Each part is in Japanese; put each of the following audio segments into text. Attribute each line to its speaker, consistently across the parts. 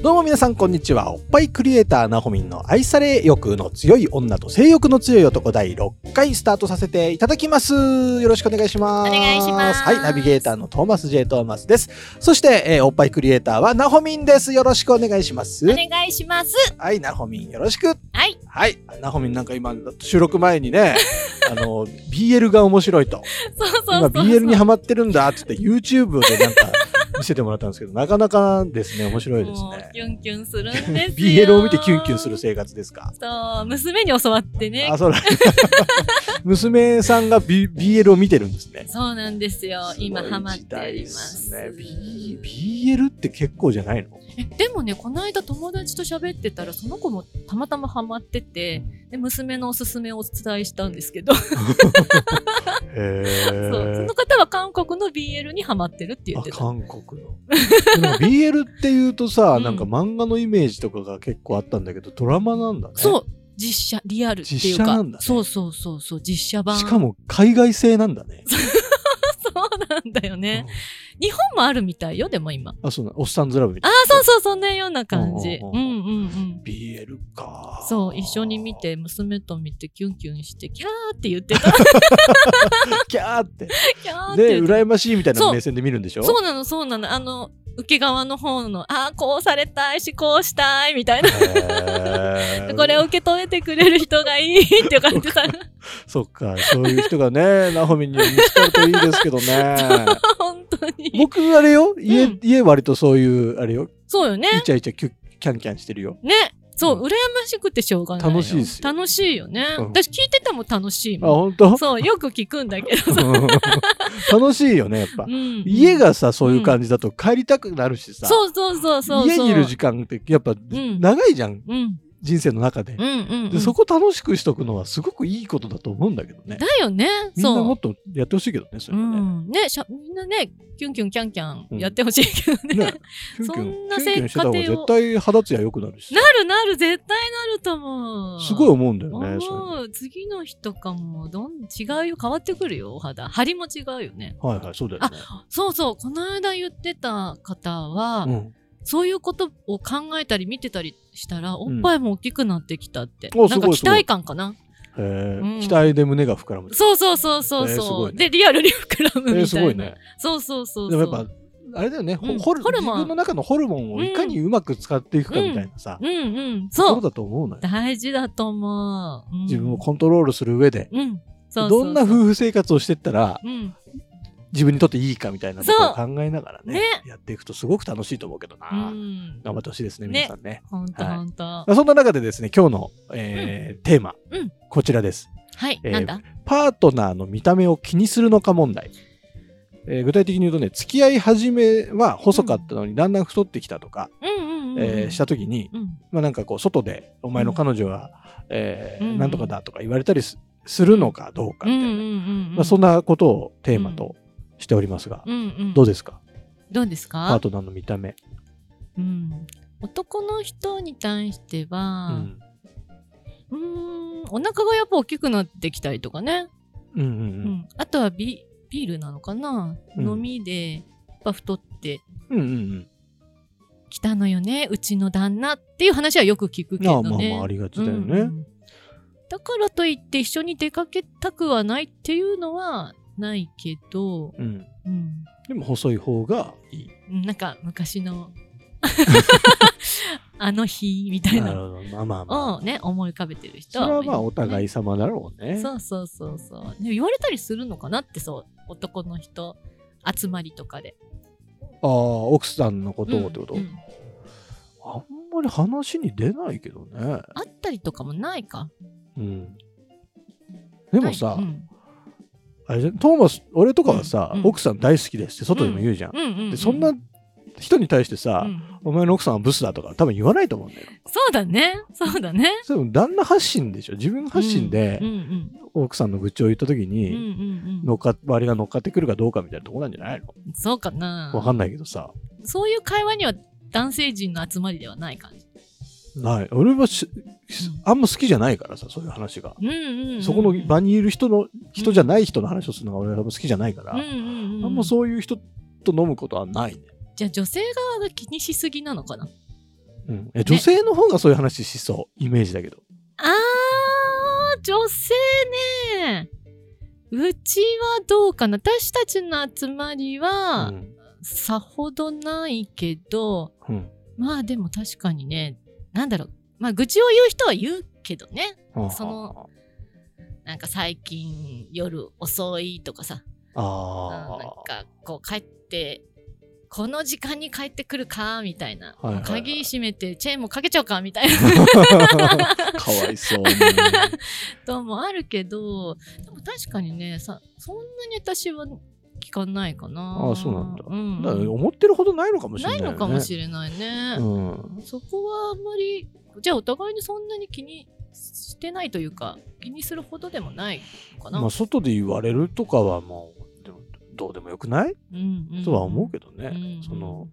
Speaker 1: どうも皆さんこんにちはおっぱいクリエイターなほみんの愛され欲の強い女と性欲の強い男第6回スタートさせていただきますよろしくお願いします
Speaker 2: お願いします
Speaker 1: はいナビゲーターのトーマス J トーマスですそして、えーおっぱいクリエイターはなほみんですよろしくお願いします
Speaker 2: お願いします。
Speaker 1: はいなほみんよろしく
Speaker 2: はい。
Speaker 1: はいなほみんなんか今収録前に ねあの BL が面白いと
Speaker 2: そうそうそう
Speaker 1: 今 BL にハマってるんだっつって YouTube でなんか見せてもらったんですけどなかなかですね面白いです
Speaker 2: も
Speaker 1: ね
Speaker 2: うキュンキュンするんですよ。
Speaker 1: BL を見てキュンキュンする。生活ですか。
Speaker 2: そう、娘に教わってね
Speaker 1: あ、。そう なん娘さんが、B、BL を見てるんですね。
Speaker 2: そうなんですよ。今ハマっておりま
Speaker 1: ご
Speaker 2: す。
Speaker 1: い時代ですね。B、BL って結構じゃないの
Speaker 2: えでもね、この間友達と喋ってたら、その子もたまたまハマってて、で、娘のおすすめをお伝えしたんですけど、そう
Speaker 1: へ
Speaker 2: そ
Speaker 1: ー
Speaker 2: の方は韓国の BL にハマってるって言っ
Speaker 1: あ
Speaker 2: てた。
Speaker 1: 韓国のでも BL っていうとさ
Speaker 2: うん
Speaker 1: なんか漫画のイメージとかが結構あったんだけどドラマなんだね
Speaker 2: そう、実写、リアルっていう
Speaker 1: 実写
Speaker 2: か、
Speaker 1: なんだね
Speaker 2: そうそうそうそう、実写版。
Speaker 1: しかも海外製なんだね
Speaker 2: そうなんだよね。日本もあるみたいよ、でも今。
Speaker 1: うんあそうなのおっさんずラブみた
Speaker 2: あ
Speaker 1: い
Speaker 2: あ、そうそう、そんなような感じ。
Speaker 1: うんうんう
Speaker 2: うん
Speaker 1: ん
Speaker 2: うんうん。
Speaker 1: な BL か
Speaker 2: そう、一緒に見て、娘と見て、キュンキュンして、キャーって言ってた。
Speaker 1: キャーって
Speaker 2: キャーって
Speaker 1: で
Speaker 2: 言って
Speaker 1: 羨ましいみたいな
Speaker 2: そう。
Speaker 1: 目線で見るんでしたょ
Speaker 2: そうなの、そうなの。あの、受け側の方の、ああ、こうされたいし、こうしたい、みたいな。
Speaker 1: へー
Speaker 2: これを受け止めてくれる人がいいっていう感じだ。
Speaker 1: そっかそういう人がね ナホミンに見つかるといいですけどね
Speaker 2: 本当に。
Speaker 1: 僕あれよ家,、
Speaker 2: うん
Speaker 1: 家割とそういうあれよ
Speaker 2: そうよね。
Speaker 1: イチャイチャキュキャンキャンしてるよ
Speaker 2: ね。そう、羨ましくてしょうがないよ。
Speaker 1: 楽しいっすよ
Speaker 2: 楽しいよね。
Speaker 1: うん
Speaker 2: 私聞いてても楽しい
Speaker 1: あ
Speaker 2: もん。
Speaker 1: 本当
Speaker 2: そう、よく聞くんだけど。
Speaker 1: 楽しいよねやっぱ、
Speaker 2: うん
Speaker 1: 家がさそういう感じだと帰りたくなるしさ、
Speaker 2: そうそうそうそうそう。
Speaker 1: 家にいる時間ってやっぱ
Speaker 2: ん
Speaker 1: 長いじゃん、
Speaker 2: うん。
Speaker 1: 人生の中で,、
Speaker 2: うんうん、う
Speaker 1: で
Speaker 2: ん。
Speaker 1: そこ楽しくしとくのはすごくいいことだと思うんだけどね
Speaker 2: だよね。
Speaker 1: みんなも
Speaker 2: そ。
Speaker 1: っとやってほしいけどねそう
Speaker 2: う
Speaker 1: れはね、
Speaker 2: ん。ね、しゃみんなね、キュンキュンキャンキャンやってほしいけどね。
Speaker 1: ねキュンキュン
Speaker 2: そんな
Speaker 1: キュンキュンしてた方が
Speaker 2: 生活を
Speaker 1: 絶対肌ツヤ良くなるし
Speaker 2: なるなる、絶対なると思う。
Speaker 1: すごい思うんだよねそれ
Speaker 2: 思う。次の日とかも、どん、違うよ、変わってくるよ、お肌。張りも違うよね。
Speaker 1: はいはいそうだよね
Speaker 2: そうそう、この間言ってた方は、
Speaker 1: うん
Speaker 2: そういうことを考えたり見てたりしたら、お
Speaker 1: ん
Speaker 2: っぱいも大きくなってきたって。
Speaker 1: お
Speaker 2: なん
Speaker 1: すご
Speaker 2: か
Speaker 1: い
Speaker 2: 期
Speaker 1: すごい
Speaker 2: 待感かな。
Speaker 1: へー
Speaker 2: うん
Speaker 1: 期待で胸が膨らむ
Speaker 2: そうそうそう
Speaker 1: え
Speaker 2: そう
Speaker 1: ーす
Speaker 2: そ
Speaker 1: ご
Speaker 2: う、
Speaker 1: いね
Speaker 2: で、リアルに膨らむみたい
Speaker 1: え
Speaker 2: な。
Speaker 1: ーすごいね
Speaker 2: そうそうそう
Speaker 1: で
Speaker 2: そう。
Speaker 1: もやっぱあれだよねほ
Speaker 2: うん
Speaker 1: ホル
Speaker 2: ホ
Speaker 1: 自
Speaker 2: ルモン
Speaker 1: 分の中のホルモンをいかにうまく使っていくかみたいなさ
Speaker 2: うんうん、
Speaker 1: とこ
Speaker 2: そ
Speaker 1: ろ
Speaker 2: う。
Speaker 1: だと思うのよ
Speaker 2: 大事だと思う。うん
Speaker 1: 自分をコントロールする上で
Speaker 2: うん。そうそうそ
Speaker 1: ど
Speaker 2: う
Speaker 1: んな夫婦生活をしてったら
Speaker 2: うん。
Speaker 1: 自分にとっていいかみたいなことを
Speaker 2: そ
Speaker 1: 考えながらね
Speaker 2: ね
Speaker 1: やっていくとすごく楽しいと思うけど
Speaker 2: う。
Speaker 1: なん頑張ってほしいですね
Speaker 2: ね
Speaker 1: 皆さんね
Speaker 2: ほんと
Speaker 1: はい
Speaker 2: ほんと。
Speaker 1: まあそんな中でですね今日のえーテーマ
Speaker 2: うん
Speaker 1: こちらです
Speaker 2: はい、
Speaker 1: えー
Speaker 2: なんだ
Speaker 1: パートナーの見た目を気にするのか問題、えー具体的に言うとね付き合い始めは細かったのにだんだん太ってきたとか、
Speaker 2: うんうんうん。
Speaker 1: えーした時に、
Speaker 2: うん。
Speaker 1: まあ、なんかこう外で「お前の彼女は、えー
Speaker 2: うん
Speaker 1: なんとかだ」とか言われたりすするのかどうか
Speaker 2: う
Speaker 1: み
Speaker 2: ん
Speaker 1: た
Speaker 2: う
Speaker 1: いな、
Speaker 2: んうん。
Speaker 1: まあ、そんなことをテーマとしておりますが、
Speaker 2: うんうん。
Speaker 1: どうですか
Speaker 2: どうです
Speaker 1: パー
Speaker 2: か
Speaker 1: トナーの見た目、
Speaker 2: うん。男の人に対して
Speaker 1: う
Speaker 2: は、
Speaker 1: ん
Speaker 2: うーん、お腹がやっぱ大きくなってきたりとかね。
Speaker 1: うんうん
Speaker 2: う
Speaker 1: うん
Speaker 2: ん。あとはビビールなのかな
Speaker 1: うん
Speaker 2: 飲みで、やっぱ太って
Speaker 1: うんうん
Speaker 2: きたのよね、うちの旦那っていう話はよく聞く
Speaker 1: う
Speaker 2: け
Speaker 1: んああ
Speaker 2: ど
Speaker 1: まあ
Speaker 2: ね。
Speaker 1: まあありがちだよね、
Speaker 2: うんだからといって一緒に出かけたくはないっていうのはないけど、
Speaker 1: うん
Speaker 2: うん、
Speaker 1: でも細い方がい い
Speaker 2: なんか 昔のあの日みたい
Speaker 1: な
Speaker 2: な
Speaker 1: るほどまあまあまあ、
Speaker 2: のをね思い浮かべてる人
Speaker 1: それはまあお
Speaker 2: い
Speaker 1: 互い様だろうね
Speaker 2: るそうそうそうそうでも言われたりするのかなってそう男の人集まりとかで
Speaker 1: ああ奥さんのことをってこと、
Speaker 2: うんうん
Speaker 1: あんまり話に出ないけどね、
Speaker 2: あったりとかもないか
Speaker 1: うん、でもさ、
Speaker 2: ないうん
Speaker 1: あれじゃんトーマス俺とかはさ、
Speaker 2: うんうん
Speaker 1: 奥さん大好きですって外でも言うじゃん、
Speaker 2: うんうんうん
Speaker 1: でそんな人に対してさ、
Speaker 2: うん
Speaker 1: お前の奥さんはブスだとか多分言わないと思うんだよ。
Speaker 2: そうだね。そう だね。
Speaker 1: それも旦那発信でしょ自分発信で
Speaker 2: うんうん
Speaker 1: 奥さんの愚痴を言った時
Speaker 2: うんうん
Speaker 1: に、
Speaker 2: うん
Speaker 1: 乗っか周りが乗っかってくるかどうかみたいなとこなんじゃないの
Speaker 2: うん。そうかな。
Speaker 1: わかんないけどさ。
Speaker 2: そういう会話には男性陣の集まりではない感じ。
Speaker 1: ない。俺はししあんま好きじゃないからさ、そういう話が。
Speaker 2: うんうん、うん。
Speaker 1: そこの場にいる人の、人じゃない人の話をするのが俺は好きじゃないから、
Speaker 2: うんうんうん、
Speaker 1: あんまそういう人と飲むことはないね。
Speaker 2: じゃあ女性側が気にしすぎなのかな
Speaker 1: うん、え女性の方がそういう話しそう、イメージだけど。
Speaker 2: あー、女性ね。うちはどうかな私たちの集まりは、
Speaker 1: うん
Speaker 2: さほどないけど、
Speaker 1: うん
Speaker 2: まあでも確かにね、なんだろう。まあ愚痴を言う人は言うけどね。そのなんか最近夜遅いとかさ、うん
Speaker 1: あ
Speaker 2: なん
Speaker 1: ー
Speaker 2: かこう帰ってこの時間に帰ってくるかみたい
Speaker 1: は
Speaker 2: な、
Speaker 1: いはいはい
Speaker 2: 鍵閉めてチェーンもかけちゃおうかみたいな
Speaker 1: かわいそうに。
Speaker 2: こともあるけどでも確かにねさそんなに私は聞かないかな
Speaker 1: あそうなんだ
Speaker 2: うん
Speaker 1: だから思ってるほどないのかもしれな
Speaker 2: な
Speaker 1: い
Speaker 2: い
Speaker 1: よね、
Speaker 2: のかもしれないね、
Speaker 1: うん
Speaker 2: そこはあんまりじゃあお互いにそんなに気にしてないというか気にするほどでもないのかな、
Speaker 1: まあ、外で言われるとかはもうでもどうでもよくない
Speaker 2: うんうん
Speaker 1: とは思うけどね、
Speaker 2: うんうん
Speaker 1: その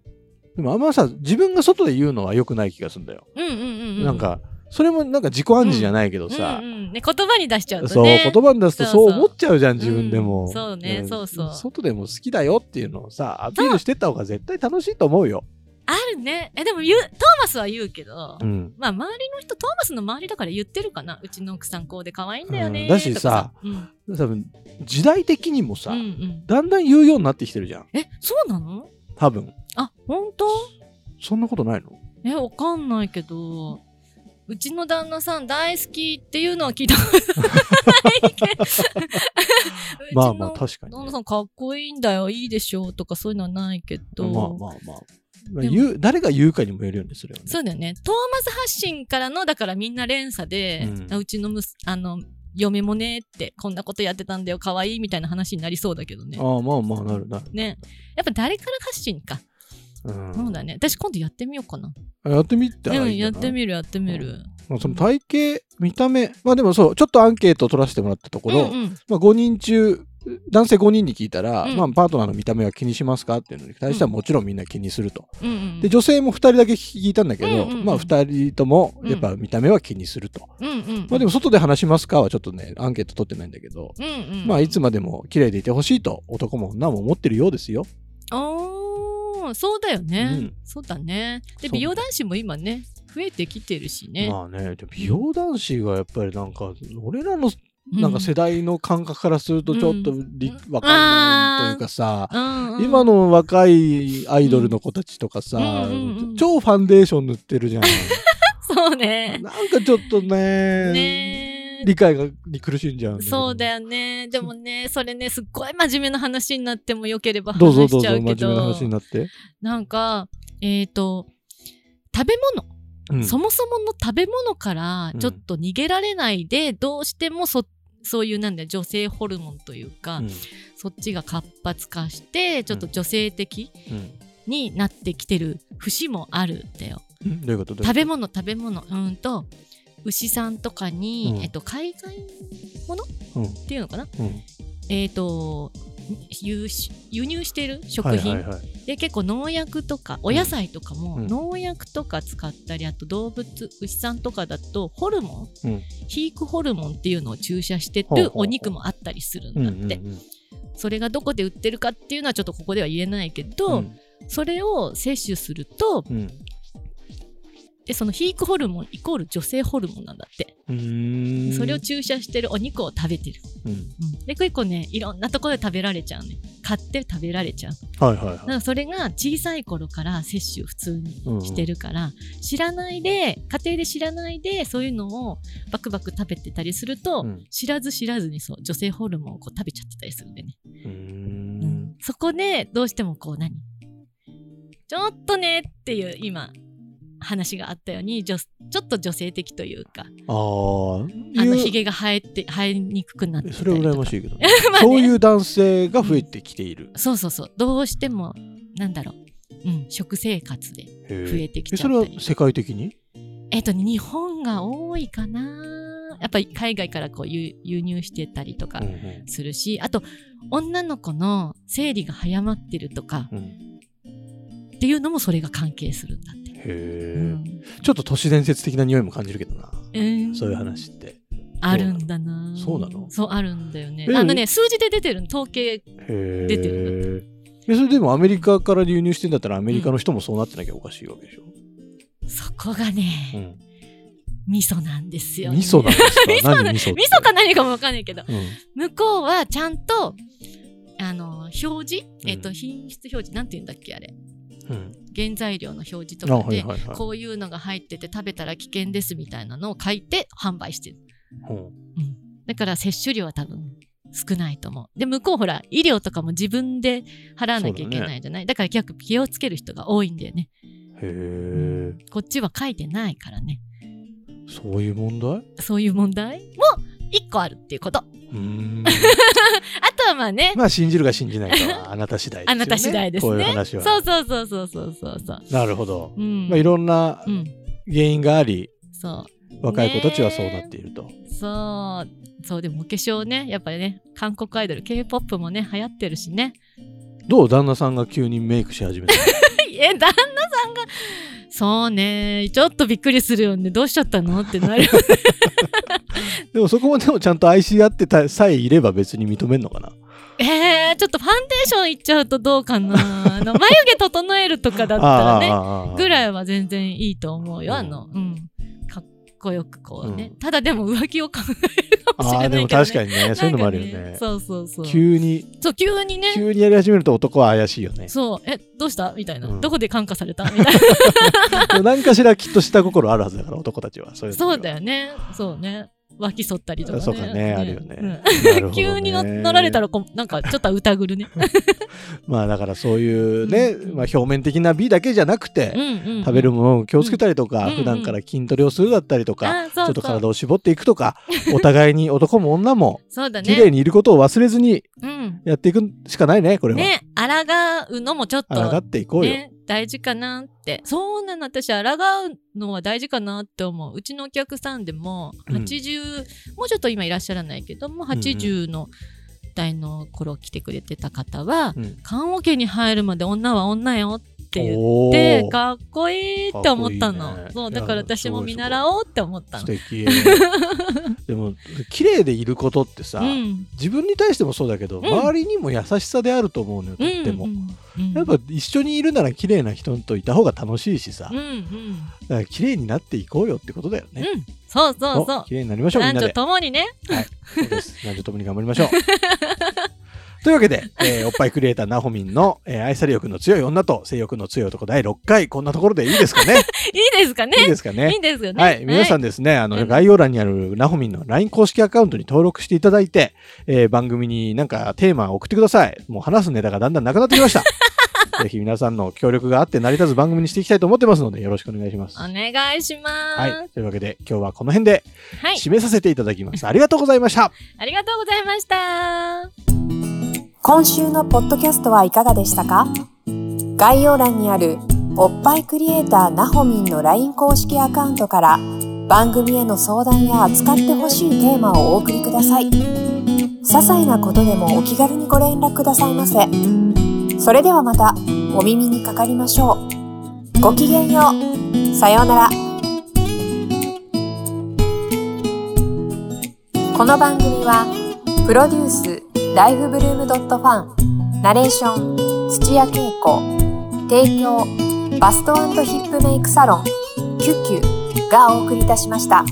Speaker 1: でもあんまさ自分が外で言うのは良くない気がするんだよ、
Speaker 2: うんうんうんう
Speaker 1: なんかそれもなんか自己暗示じゃないけどさ、
Speaker 2: うんうんね、言葉に出しちゃう
Speaker 1: そ
Speaker 2: と
Speaker 1: う
Speaker 2: ね
Speaker 1: 言葉に出すと
Speaker 2: そ
Speaker 1: そうう
Speaker 2: そう
Speaker 1: 思っちゃうじゃん自分でも、
Speaker 2: うんそうね
Speaker 1: ん
Speaker 2: そうそう
Speaker 1: 外でも好きだよっていうのをさアピールしてった方が絶対楽しいと思うよ、
Speaker 2: あるねえでも言うトーマスは言うけど、
Speaker 1: うん、
Speaker 2: まあ周りの人トーマスの周りだから言ってるかなうちの奥さんこうで可愛いんだよね
Speaker 1: う
Speaker 2: ー
Speaker 1: んだしさ
Speaker 2: とかうん
Speaker 1: 多分時代的にもさ、
Speaker 2: うんうん
Speaker 1: だんだん言うようになってきてるじゃん
Speaker 2: えそうなの
Speaker 1: 多分
Speaker 2: あ本当
Speaker 1: そんなことないの
Speaker 2: えわかんないけどうちの旦那さん大好きっていうのは 聞いたことないけど
Speaker 1: まあまあ
Speaker 2: うち
Speaker 1: 確かに、
Speaker 2: の旦
Speaker 1: ね
Speaker 2: 那さんかっこいいんだよいいでしょうとかそういうのはないけ
Speaker 1: ま
Speaker 2: ど
Speaker 1: あまあまあ、まあ、
Speaker 2: でも
Speaker 1: 言う誰が言うかにもよるよねそれはね
Speaker 2: そうだよね。トーマス発信からの、だからみんな連鎖で、
Speaker 1: うん
Speaker 2: あうちのむすあの、嫁もねって、こんなことやってたんだよ、可愛いみたいな話になりそうだけどね。
Speaker 1: ああまあまあなるなる、
Speaker 2: ね。やっぱ誰から発信か。
Speaker 1: うん
Speaker 2: そうだね。私今度やってみようかな。
Speaker 1: やってみたら
Speaker 2: う
Speaker 1: いいん
Speaker 2: ん、
Speaker 1: じ
Speaker 2: や
Speaker 1: ゃ
Speaker 2: っ
Speaker 1: ない
Speaker 2: てみる、やってみる。
Speaker 1: まあその体型見た目まあでもそうちょっとアンケートを取らせてもらったとこ
Speaker 2: うん
Speaker 1: ろ、
Speaker 2: うん。
Speaker 1: まあ、5人中男性5人に聞いたら、
Speaker 2: うん
Speaker 1: まあ、パートナーの見た目は気にしますかっていうのに対してはもちろんみんな気にすると、
Speaker 2: うんうん。
Speaker 1: で女性も2人だけ聞いたんだけど、
Speaker 2: うんうんうん
Speaker 1: まあ、2人ともやっぱ見た目は気にすると、
Speaker 2: うんうん。
Speaker 1: まあ、でも外で話しますかはちょっとねアンケート取ってないんだけど、
Speaker 2: うんうん。
Speaker 1: まあ、いつまでも綺麗でいてほしいと男も女も思ってるようですよ、
Speaker 2: おーそうだよね。
Speaker 1: うん
Speaker 2: そうだね。で、
Speaker 1: そう
Speaker 2: 美容男子も今ね、増えてきてるしね。
Speaker 1: まあねでも美容男子がやっぱりなんか俺らの
Speaker 2: う
Speaker 1: なんか世代の感覚からするとちょっとり、
Speaker 2: うん
Speaker 1: わかんないというかさ、
Speaker 2: うんうん
Speaker 1: 今の若いアイドルの子たちとかさ、
Speaker 2: うんうんうんうん
Speaker 1: 超ファンデーション塗って るじゃん
Speaker 2: そうね。
Speaker 1: なんかちょっとね
Speaker 2: ねえ
Speaker 1: 理解がに苦しんじゃうんけど
Speaker 2: そうだよね。でもね、それね、すっごい真面目な話になってもよければ
Speaker 1: どうぞ
Speaker 2: 話
Speaker 1: どう
Speaker 2: しち
Speaker 1: ぞ
Speaker 2: ゃ
Speaker 1: 真
Speaker 2: う
Speaker 1: 面目
Speaker 2: けど、
Speaker 1: な話になって、
Speaker 2: なんか、えっ、と、食べ物、
Speaker 1: うん
Speaker 2: そもそもの食べ物からちょっと逃げられないで、どうしてもそそういうなんだよ女性ホルモンというか、
Speaker 1: うん
Speaker 2: そっちが活発化してちょっと女性的
Speaker 1: うん
Speaker 2: になってきてる節もあるんだよ。
Speaker 1: うんどういうこと
Speaker 2: 食べ物食べ物うんと牛さんとかに、
Speaker 1: うん
Speaker 2: えっと、海外もの、
Speaker 1: うん
Speaker 2: っていうのかな
Speaker 1: べ物、うん
Speaker 2: えー、と輸し輸入してる食
Speaker 1: はい
Speaker 2: 品、
Speaker 1: はいはい
Speaker 2: で結構農薬とかお野菜とかも
Speaker 1: うん
Speaker 2: 農薬とか使ったり、あと動物牛さんとかだとホルモン、
Speaker 1: うん
Speaker 2: 肥育ホルモンっていうのを注射して
Speaker 1: ほうほう
Speaker 2: る
Speaker 1: ほう
Speaker 2: お肉もあったりするん
Speaker 1: うん
Speaker 2: だっ
Speaker 1: うんう
Speaker 2: て、
Speaker 1: ん
Speaker 2: それがどこで売ってるかっていうのはちょっとここでは言えないけど、
Speaker 1: うん
Speaker 2: それを摂取すると
Speaker 1: うん
Speaker 2: でその肥育ホルモンイコール女性ホルモンなんだって、
Speaker 1: うーん
Speaker 2: それを注射してるお肉を食べてる、
Speaker 1: うん
Speaker 2: うんで結構ねいろんなところで食べられちゃうね買って食べられちゃう
Speaker 1: はいはいはい
Speaker 2: なんかそれが小さい頃から摂取普通にしてるから、知らないで家庭で知らないでそういうのをバクバク食べてたりすると、
Speaker 1: うん
Speaker 2: 知らず知らずにそう女性ホルモンをこう食べちゃってたりするんでね、
Speaker 1: うーん
Speaker 2: そこでどうしてもこう何ちょっとねっていう今話があったように女ちょっと女性的というか
Speaker 1: あー
Speaker 2: あの
Speaker 1: いう
Speaker 2: ひげが生えて生えにくくなってたり
Speaker 1: そ
Speaker 2: と
Speaker 1: れ
Speaker 2: か
Speaker 1: は羨ましいけど、ね
Speaker 2: まあね
Speaker 1: そういう男性が増えてきている、
Speaker 2: そうそうそうどうしてもなんだろううん、食生活で増え
Speaker 1: え
Speaker 2: てき
Speaker 1: え
Speaker 2: ちゃ
Speaker 1: それ
Speaker 2: っ
Speaker 1: は
Speaker 2: たり
Speaker 1: 世界的に
Speaker 2: えっとね日本が多いかなやっぱり海外からこう輸輸入してたりとか
Speaker 1: うんうん
Speaker 2: するし、あと女の子の生理が早まってるとか
Speaker 1: うん
Speaker 2: っていうのもそれが関係するんだって、
Speaker 1: へえ、
Speaker 2: うん
Speaker 1: ちょっと都市伝説的な匂いも感じるけどな、
Speaker 2: うん
Speaker 1: そういう話って
Speaker 2: あるんだな
Speaker 1: そうなの
Speaker 2: そうあるんだよね
Speaker 1: え
Speaker 2: あのね数字で出てるの統計
Speaker 1: へえ
Speaker 2: 出て
Speaker 1: えそれでもアメリカから流入してんだったらアメリカの人もそうなってなきゃおかしいわけでしょ、
Speaker 2: そこが
Speaker 1: う
Speaker 2: ね、
Speaker 1: ん、
Speaker 2: 味噌なんですよ、ね、
Speaker 1: 味噌なんですか
Speaker 2: 味噌だ
Speaker 1: 何味噌って
Speaker 2: 味噌か何かもわかんないけど
Speaker 1: うん
Speaker 2: 向こうはちゃんとあの表示、
Speaker 1: うん
Speaker 2: えっと品質表示なんて言うんだっけあれ
Speaker 1: うん
Speaker 2: 原材料の表示と
Speaker 1: あ
Speaker 2: か
Speaker 1: はい
Speaker 2: で
Speaker 1: はいはい
Speaker 2: こういうのが入ってて食べたら危険ですみたいなのを書いて販売してる、
Speaker 1: うん
Speaker 2: うん、だから摂取量は多分少ないと思うで向こうほら医療とかも自分で払わなきゃいけないじゃないだ,、から逆に気をつける人が多いんだよね、
Speaker 1: へえ
Speaker 2: こっちは書いてないからね
Speaker 1: そういう問題
Speaker 2: そういう問題も1個あるっていうことあ
Speaker 1: うーん
Speaker 2: とはまあね
Speaker 1: まあ信じるか信じないか はあなた次第ですよね
Speaker 2: あなた次第ですね
Speaker 1: こういう話は
Speaker 2: そうそうそうそうそうそうそう
Speaker 1: なるほど、
Speaker 2: うん、
Speaker 1: まあ、いろんな
Speaker 2: うん、
Speaker 1: 原因があり
Speaker 2: そ
Speaker 1: 若い子たちはそうなっていると、
Speaker 2: うそうそうでもお化粧ねやっぱりね韓国アイドル k p o p もね流行ってるしね
Speaker 1: どう旦那さんが急にメイクし始めた
Speaker 2: え旦那さんがそうねちょっとびっくりするよねどうしちゃったのってなる
Speaker 1: でもそこもでもちゃんと愛し合ってたさえいれば別に認めんのかな
Speaker 2: えー、ちょっとファンデーションいっちゃうとどうかなあ の眉毛整えるとかだったらね
Speaker 1: あ
Speaker 2: ぐ
Speaker 1: い
Speaker 2: らいは全然いいと思うよ
Speaker 1: うん
Speaker 2: あのうんかっこよくこうね、
Speaker 1: うん
Speaker 2: ただでも浮気を考えるかもし
Speaker 1: あ
Speaker 2: れ
Speaker 1: あ
Speaker 2: な
Speaker 1: で
Speaker 2: い
Speaker 1: も
Speaker 2: から、ね、
Speaker 1: 確かにねそういうのもあるよね
Speaker 2: なんかそうそうそう
Speaker 1: 急に
Speaker 2: そう急にね
Speaker 1: 急にやり始めると男は怪しいよね
Speaker 2: そうえどうしたみたいな、
Speaker 1: うん
Speaker 2: どこで感化されたみたい な
Speaker 1: 何かしらきっと下心あるはずだから男たちはそういうのには
Speaker 2: そうだよねそうね脇剃ったりとかね
Speaker 1: そうかねあるよね
Speaker 2: うん
Speaker 1: なるほどね
Speaker 2: 急にの乗られたらこなんかちょっと 疑るね
Speaker 1: まあだからそういうね、
Speaker 2: うん
Speaker 1: まあ、表面的な美だけじゃなくて、
Speaker 2: うんうん、うん、
Speaker 1: 食べるものを気をつけたりとか、
Speaker 2: うん
Speaker 1: 普段から筋トレをするだったりとか、
Speaker 2: あそう
Speaker 1: ちょっと体
Speaker 2: そう
Speaker 1: を絞っていくとか、お互いに男も女も
Speaker 2: そうだね
Speaker 1: 綺麗にいることを忘れずに
Speaker 2: うん
Speaker 1: やっていくしかないねこれは。
Speaker 2: ね抗うのもちょっ
Speaker 1: 抗
Speaker 2: と
Speaker 1: っていこうよ。
Speaker 2: ね大事かなってそうなの私抗うのは大事かなって思ううちのお客さんでも
Speaker 1: うん
Speaker 2: 80、もうちょっと今いらっしゃらないけども80の代の頃来てくれてた方は、
Speaker 1: うん
Speaker 2: 棺桶に入るまで女は女よって言っ
Speaker 1: お
Speaker 2: て
Speaker 1: ー
Speaker 2: かっこいいって思ったの
Speaker 1: かっこいいね
Speaker 2: そう
Speaker 1: い
Speaker 2: だ
Speaker 1: や
Speaker 2: から私も見習おうって思った
Speaker 1: 素
Speaker 2: の
Speaker 1: 敵 でも綺麗でいることってさ、
Speaker 2: うん
Speaker 1: 自分に対してもそうだけど、
Speaker 2: ん
Speaker 1: 周りにも優しさであると思うのよと
Speaker 2: う
Speaker 1: っ
Speaker 2: ん
Speaker 1: ても。
Speaker 2: うん
Speaker 1: やっぱ一緒にいるなら綺麗な人といた方が楽しいしさ、
Speaker 2: うんうん
Speaker 1: だから綺麗になっていこうよってことだよ
Speaker 2: う
Speaker 1: ね。
Speaker 2: んそうそう
Speaker 1: お
Speaker 2: そ
Speaker 1: 綺麗になりまし
Speaker 2: う
Speaker 1: ょうみん
Speaker 2: 男
Speaker 1: なで
Speaker 2: 女。ともにね
Speaker 1: はい、そうです。男女ともに頑張りましょう。 というわけで、えーおっぱいクリエイターなほみんの、えー愛され欲の強い女と性欲の強い男第6回、こんなところでいいですか ね。
Speaker 2: いいですかね
Speaker 1: いいですか
Speaker 2: い
Speaker 1: ね
Speaker 2: い。ですよね
Speaker 1: はい、皆さ
Speaker 2: ん
Speaker 1: んですね、あ
Speaker 2: う
Speaker 1: の、
Speaker 2: ん
Speaker 1: 概要欄にあるなほみんの LINE 公式アカウントに登録していただいて、えー番組になんかテーマを送ってください。もう話すネタがだんだんなくなってき ました。ぜひ皆さんの協力があって成り立つ番組にしていきたいと思ってますので、よろしくお願いします。
Speaker 2: お願いします
Speaker 1: はい、というわけで今日はこの辺で
Speaker 2: はい、
Speaker 1: 締めさせていただきます。ありがとうございました。
Speaker 2: ありがとうございました
Speaker 3: 今週のポッドキャストはいかがでしたか概要欄にあるおっぱいクリエイターなほみんの LINE 公式アカウントから番組への相談や扱ってほしいテーマをお送りください些細なことでもお気軽にご連絡くださいませそれではまたお耳にかかりましょうごきげんようさようならこの番組は「プロデュースライフブルームドットファンナレーション土屋恵子提供バストヒップメイクサロン「キュッキュ」がお送りいたしました。